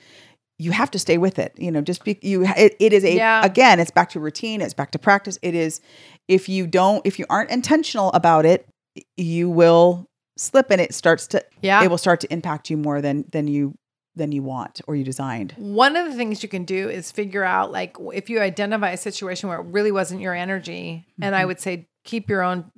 you have to stay with it you know just be you it, it is a Yeah. again it's back to routine it's back to practice it is if you don't if you aren't intentional about it you will slip and it starts to Yeah. it will start to impact you more than than you than you want or you designed One of the things you can do is figure out, like, if you identify a situation where it really wasn't your energy, and I Mhm. would say keep your own.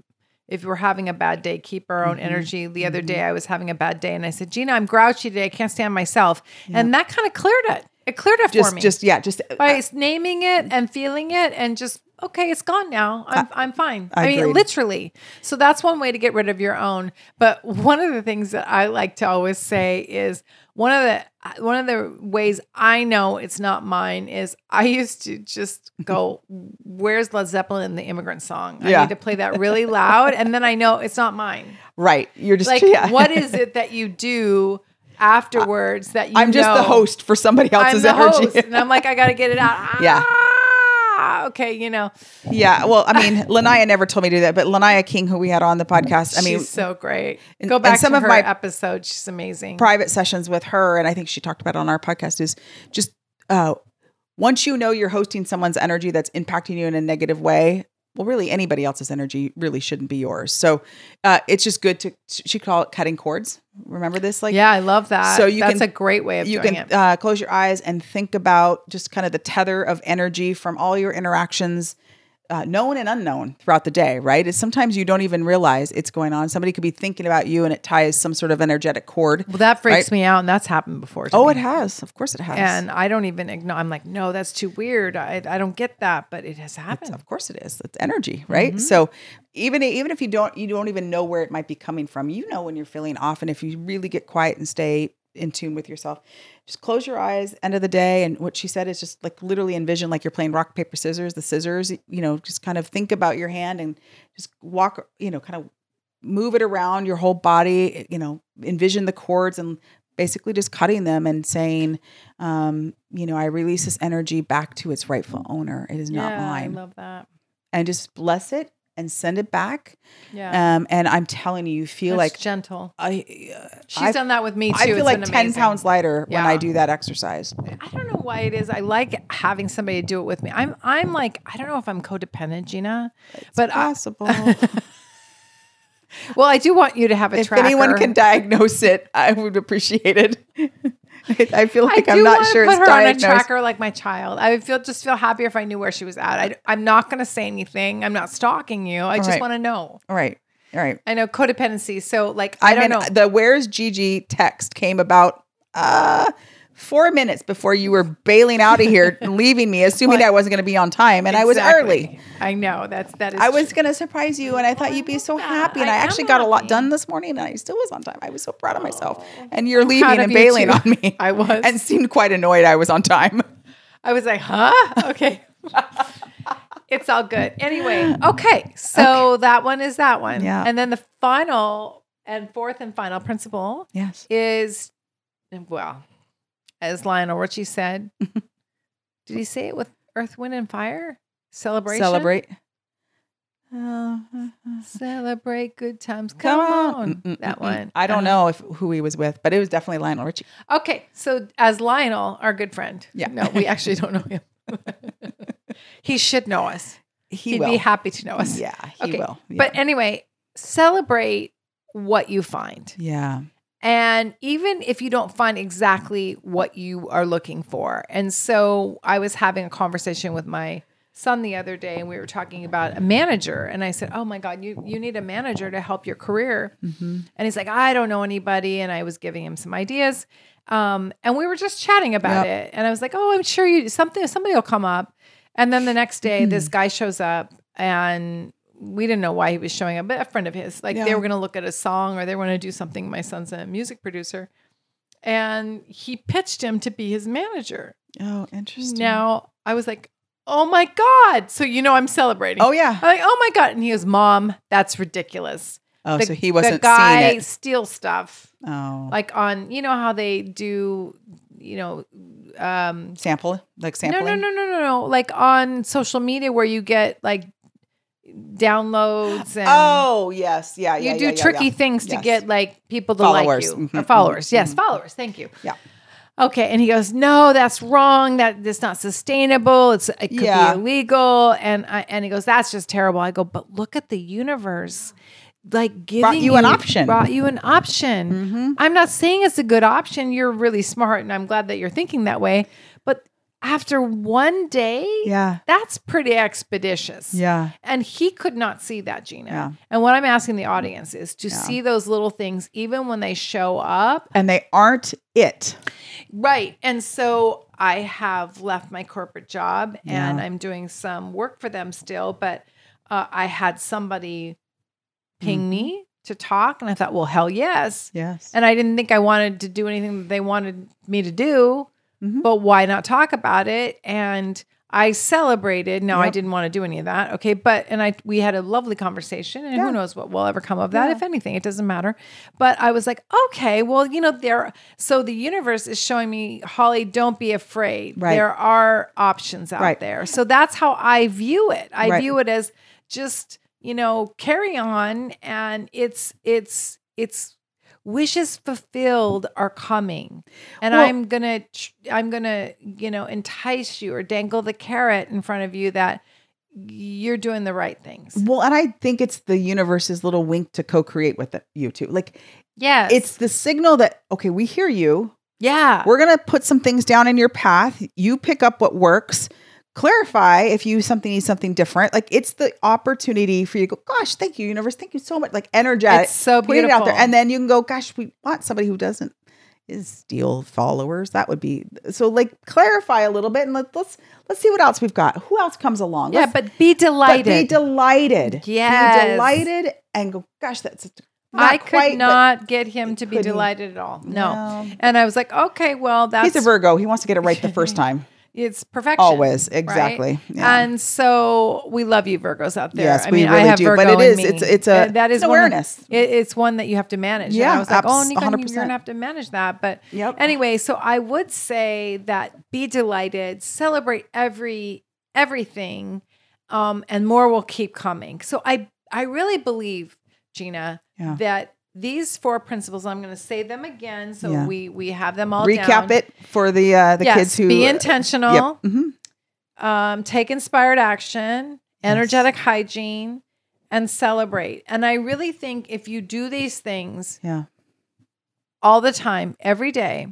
If we're having a bad day, keep our own Mhm. energy. The other Mhm. day, I was having a bad day, and I said, "Gina, I'm grouchy today. I can't stand myself," and that kind of cleared it. It cleared it just for me just yeah just uh, by naming it and feeling it, and just okay, it's gone now. I'm I, am i am fine. I I mean, agree. literally. So that's one way to get rid of your own. But one of the things that I like to always say is one of the one of the ways I know it's not mine is I used to just go, "Where's Led Zeppelin in the Immigrant Song?" I Yeah. need to play that really loud, and then I know it's not mine. right you're just Like, yeah. what is it that you do afterwards that you? I'm just the know- host for somebody I'm else's the energy. host, and I'm like, I got to get it out. Yeah. Ah, okay, you know, yeah. Well, I mean, Lanaya never told me to do that, but Lanaya King, who we had on the podcast, I mean, Oh, she's so great. and- Go and back some to of her my- episode; she's amazing. private sessions with her, and I think she talked about it on our podcast is just uh, once you know you're hosting someone's energy that's impacting you in a negative way. Well, really, anybody else's energy really shouldn't be yours. So uh, it's just good to she called it cutting cords. Remember this? Like yeah, I love that. So you that's can- a great way of you doing can it. uh, close your eyes and think about just kind of the tether of energy from all your interactions uh, known and unknown throughout the day right it's sometimes you don't even realize it's going on somebody could be thinking about you and it ties some sort of energetic cord Well, that freaks me out, and that's happened before. To oh me. it has of course it has And I don't even ignore. I'm like, no, that's too weird. I, I don't get that, but it has happened. of course it is it's energy right so even even if you don't you don't even know where it might be coming from you know when you're feeling off and if you really get quiet and stay in tune with yourself just close your eyes end of the day and what she said is just like literally envision like you're playing rock paper scissors the scissors you know just kind of think about your hand and just walk you know kind of move it around your whole body you know envision the cords and basically just cutting them and saying um, you know i release this energy back to its rightful owner it is not yeah, mine I love that. and just bless it and send it back. Yeah, Um, and I'm telling you, you feel That's like gentle. I, She's I've- done that with me too. I feel It's like been ten amazing. pounds lighter when I Yeah. do that exercise. I don't know why it is. I like having somebody do it with me. I'm I'm like I don't know if I'm codependent, Gina, but I, Possible. well, I do want you to have a if tracker. anyone can diagnose it, I would appreciate it. I feel I like do I'm not want sure to put it's her diagnosed. on a tracker like my child. I would feel just feel happier if I knew where she was at. I, am not going to say anything. I'm not stalking you. I just Right. want to know. All right, all right. I know codependency. So like I, I, don't mean, know. the "Where's Gigi" text came about. Uh, Four minutes before you were bailing out of here, and leaving me, assuming I wasn't going to be on time, and I was Exactly. early. I know that's that is. I was going to surprise you and I thought I you'd be love so that. happy. And I, I am actually got a lot happy. Oh. done this morning and I still was on time. I was so proud of myself. And you're proud leaving of and you bailing too. on me. I was. And seemed quite annoyed I was on time. I was like, huh? Okay. it's all good. Anyway, okay. So that one is that one. Yeah. And then the final and fourth and final principle Yes. is, well, as Lionel Richie said, did he say it with earth, wind, and fire? Celebration. Celebrate. Uh, Celebrate good times. Come, on. Mm, mm, That mm, mm. one. I don't Uh-huh. know if who he was with, but it was definitely Lionel Richie. Okay, so as Lionel, our good friend. Yeah. No, we actually don't know him. he should know us. He He'd will. be happy to know us. Yeah, he Okay, will. Yeah. But anyway, celebrate what you find. yeah. And even if you don't find exactly what you are looking for. And so I was having a conversation with my son the other day and we were talking about a manager and I said, "Oh my god, you you need a manager to help your career." Mm-hmm. And he's like, "I don't know anybody." And I was giving him some ideas. Um, and we were just chatting about it. And I was like, "Oh, I'm sure you something somebody will come up." And then the next day Mm. this guy shows up and we didn't know why he was showing up, but a friend of his, like Yeah. they were going to look at a song or they were going to do something. My son's a music producer. And he pitched him to be his manager. Oh, interesting. Now I was like, oh my God. So, you know, I'm celebrating. Oh, yeah. I'm like, oh my God. And he goes, Mom, that's ridiculous. Oh, The- so he wasn't The guy seeing it. steals stuff Oh. like on, you know, how they do you know, um, Sample, like no, sampling. no, no, no, no, no, like on social media where you get like downloads and Oh yes, yeah, yeah. you do yeah, yeah, tricky yeah. things to Yes. get like people to Followers. like you Mhm, or mhm, followers. Yes, followers. Thank you. Yeah. Okay, and he goes, "No, that's wrong. That that's not sustainable. It's it could Yeah. be illegal." And I and he goes, "That's just terrible." I go, "But look at the universe." Like giving you an option. Mm-hmm. brought you an option. I'm not saying it's a good option. You're really smart, and I'm glad that you're thinking that way. But after one day, Yeah. that's pretty expeditious. Yeah. And he could not see that, Gina. Yeah. And what I'm asking the audience is to see those little things, even when they show up. And they aren't it. Right. And so I have left my corporate job and I'm doing some work for them still, but uh, I had somebody ping Mm-hmm. me to talk. And I thought, well, hell yes. Yes. And I didn't think I wanted to do anything that they wanted me to do, Mhm. but why not talk about it? And I celebrated. No, I Yep. didn't want to do any of that. Okay. But, and I, we had a lovely conversation and Yeah. who knows what will ever come of that. Yeah. If anything, it doesn't matter. But I was like, okay, well, you know, there, so the universe is showing me, Holly, don't be afraid. Right. There are options out Right. there. So that's how I view it. I Right. view it as just, you know, carry on and it's, it's, it's, wishes fulfilled are coming and Well- i'm gonna tr- i'm gonna you know entice you or dangle the carrot in front of you that you're doing the right things Well, and I think it's the universe's little wink to co-create with the, you two. Like yes it's the signal that okay, we hear you. yeah We're gonna put some things down in your path. You pick up what works. Clarify if you something needs something different. Like it's the opportunity for you to go. Gosh, thank you, universe. Thank you so much. Like energetic. it's so put it beautiful out there, and then you can go. Gosh, we want somebody who doesn't is steal followers. That would be so. Like clarify a little bit, and let, let's let's see what else we've got. Who else comes along? yeah Let's- but be but delighted be delighted. Yes. Be delighted and go, gosh, that's not i could quite, but- not get him to be couldn't. delighted at all no. No. and i was like okay well that's He's a Virgo. He wants to get it right the first time. it's perfection Always. right? Exactly. Yeah. And so we love you Virgos out there. Yes, I we mean, I really have do, Virgo but it in is- me. it's- it's a- Uh, that is it's an one of- awareness. it- it's one that you have to manage. Yeah, Yeah, I was like, oh, abs- Nico, you're 100%. gonna have to manage that. But Yep. anyway, so I would say that be delighted, celebrate every everything, um, and more will keep coming. So I I really believe, Gina, Yeah. that these four principles. I'm going to say them again, so Yeah. we we have them all. Recap down. it for the uh, the Yes, kids who be Yep. intentional Mhm. um, take inspired action, energetic hygiene, and celebrate. And I really think if you do these things Yeah. all the time, every day,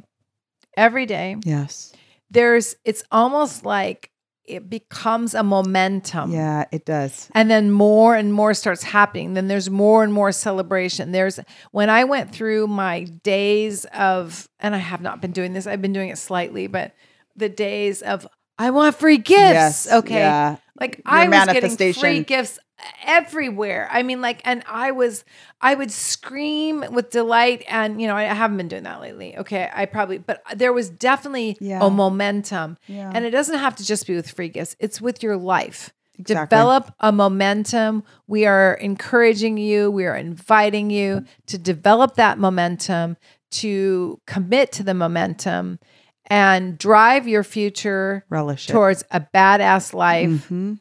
every day, Yes. there's it's almost like it becomes a momentum. Yeah, it does. And then more and more starts happening. Then there's more and more celebration. There's when I went through my days of, and I have not been doing this, I've been doing it slightly, but the days of, I want free gifts. Yes. Okay. Yeah. Like Your I was getting free manifestation. gifts everywhere. I mean, like, and I was, I would scream with delight. And you know, I haven't been doing that lately. Okay, I probably, but there was definitely Yeah. a momentum, Yeah. and it doesn't have to just be with free gifts. It's with your life. Exactly. Develop a momentum. We are encouraging you. We are inviting you to develop that momentum, to commit to the momentum, and drive your future Relish it. towards a badass life. Mhm.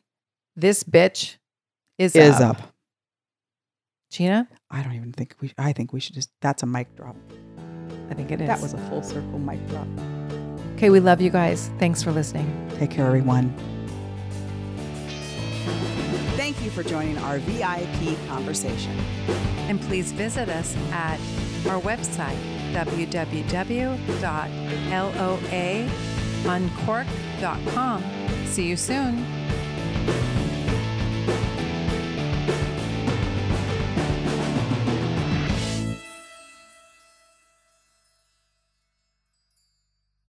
This bitch is, Is up. up. Gina, I don't even think we. I think we should just. That's a mic drop. I think it is. That was a full circle mic drop. okay. We love you guys. Thanks for listening. Take care, everyone. Thank you for joining our VIP conversation. And please visit us at our website, www.loauncork.com. See you soon.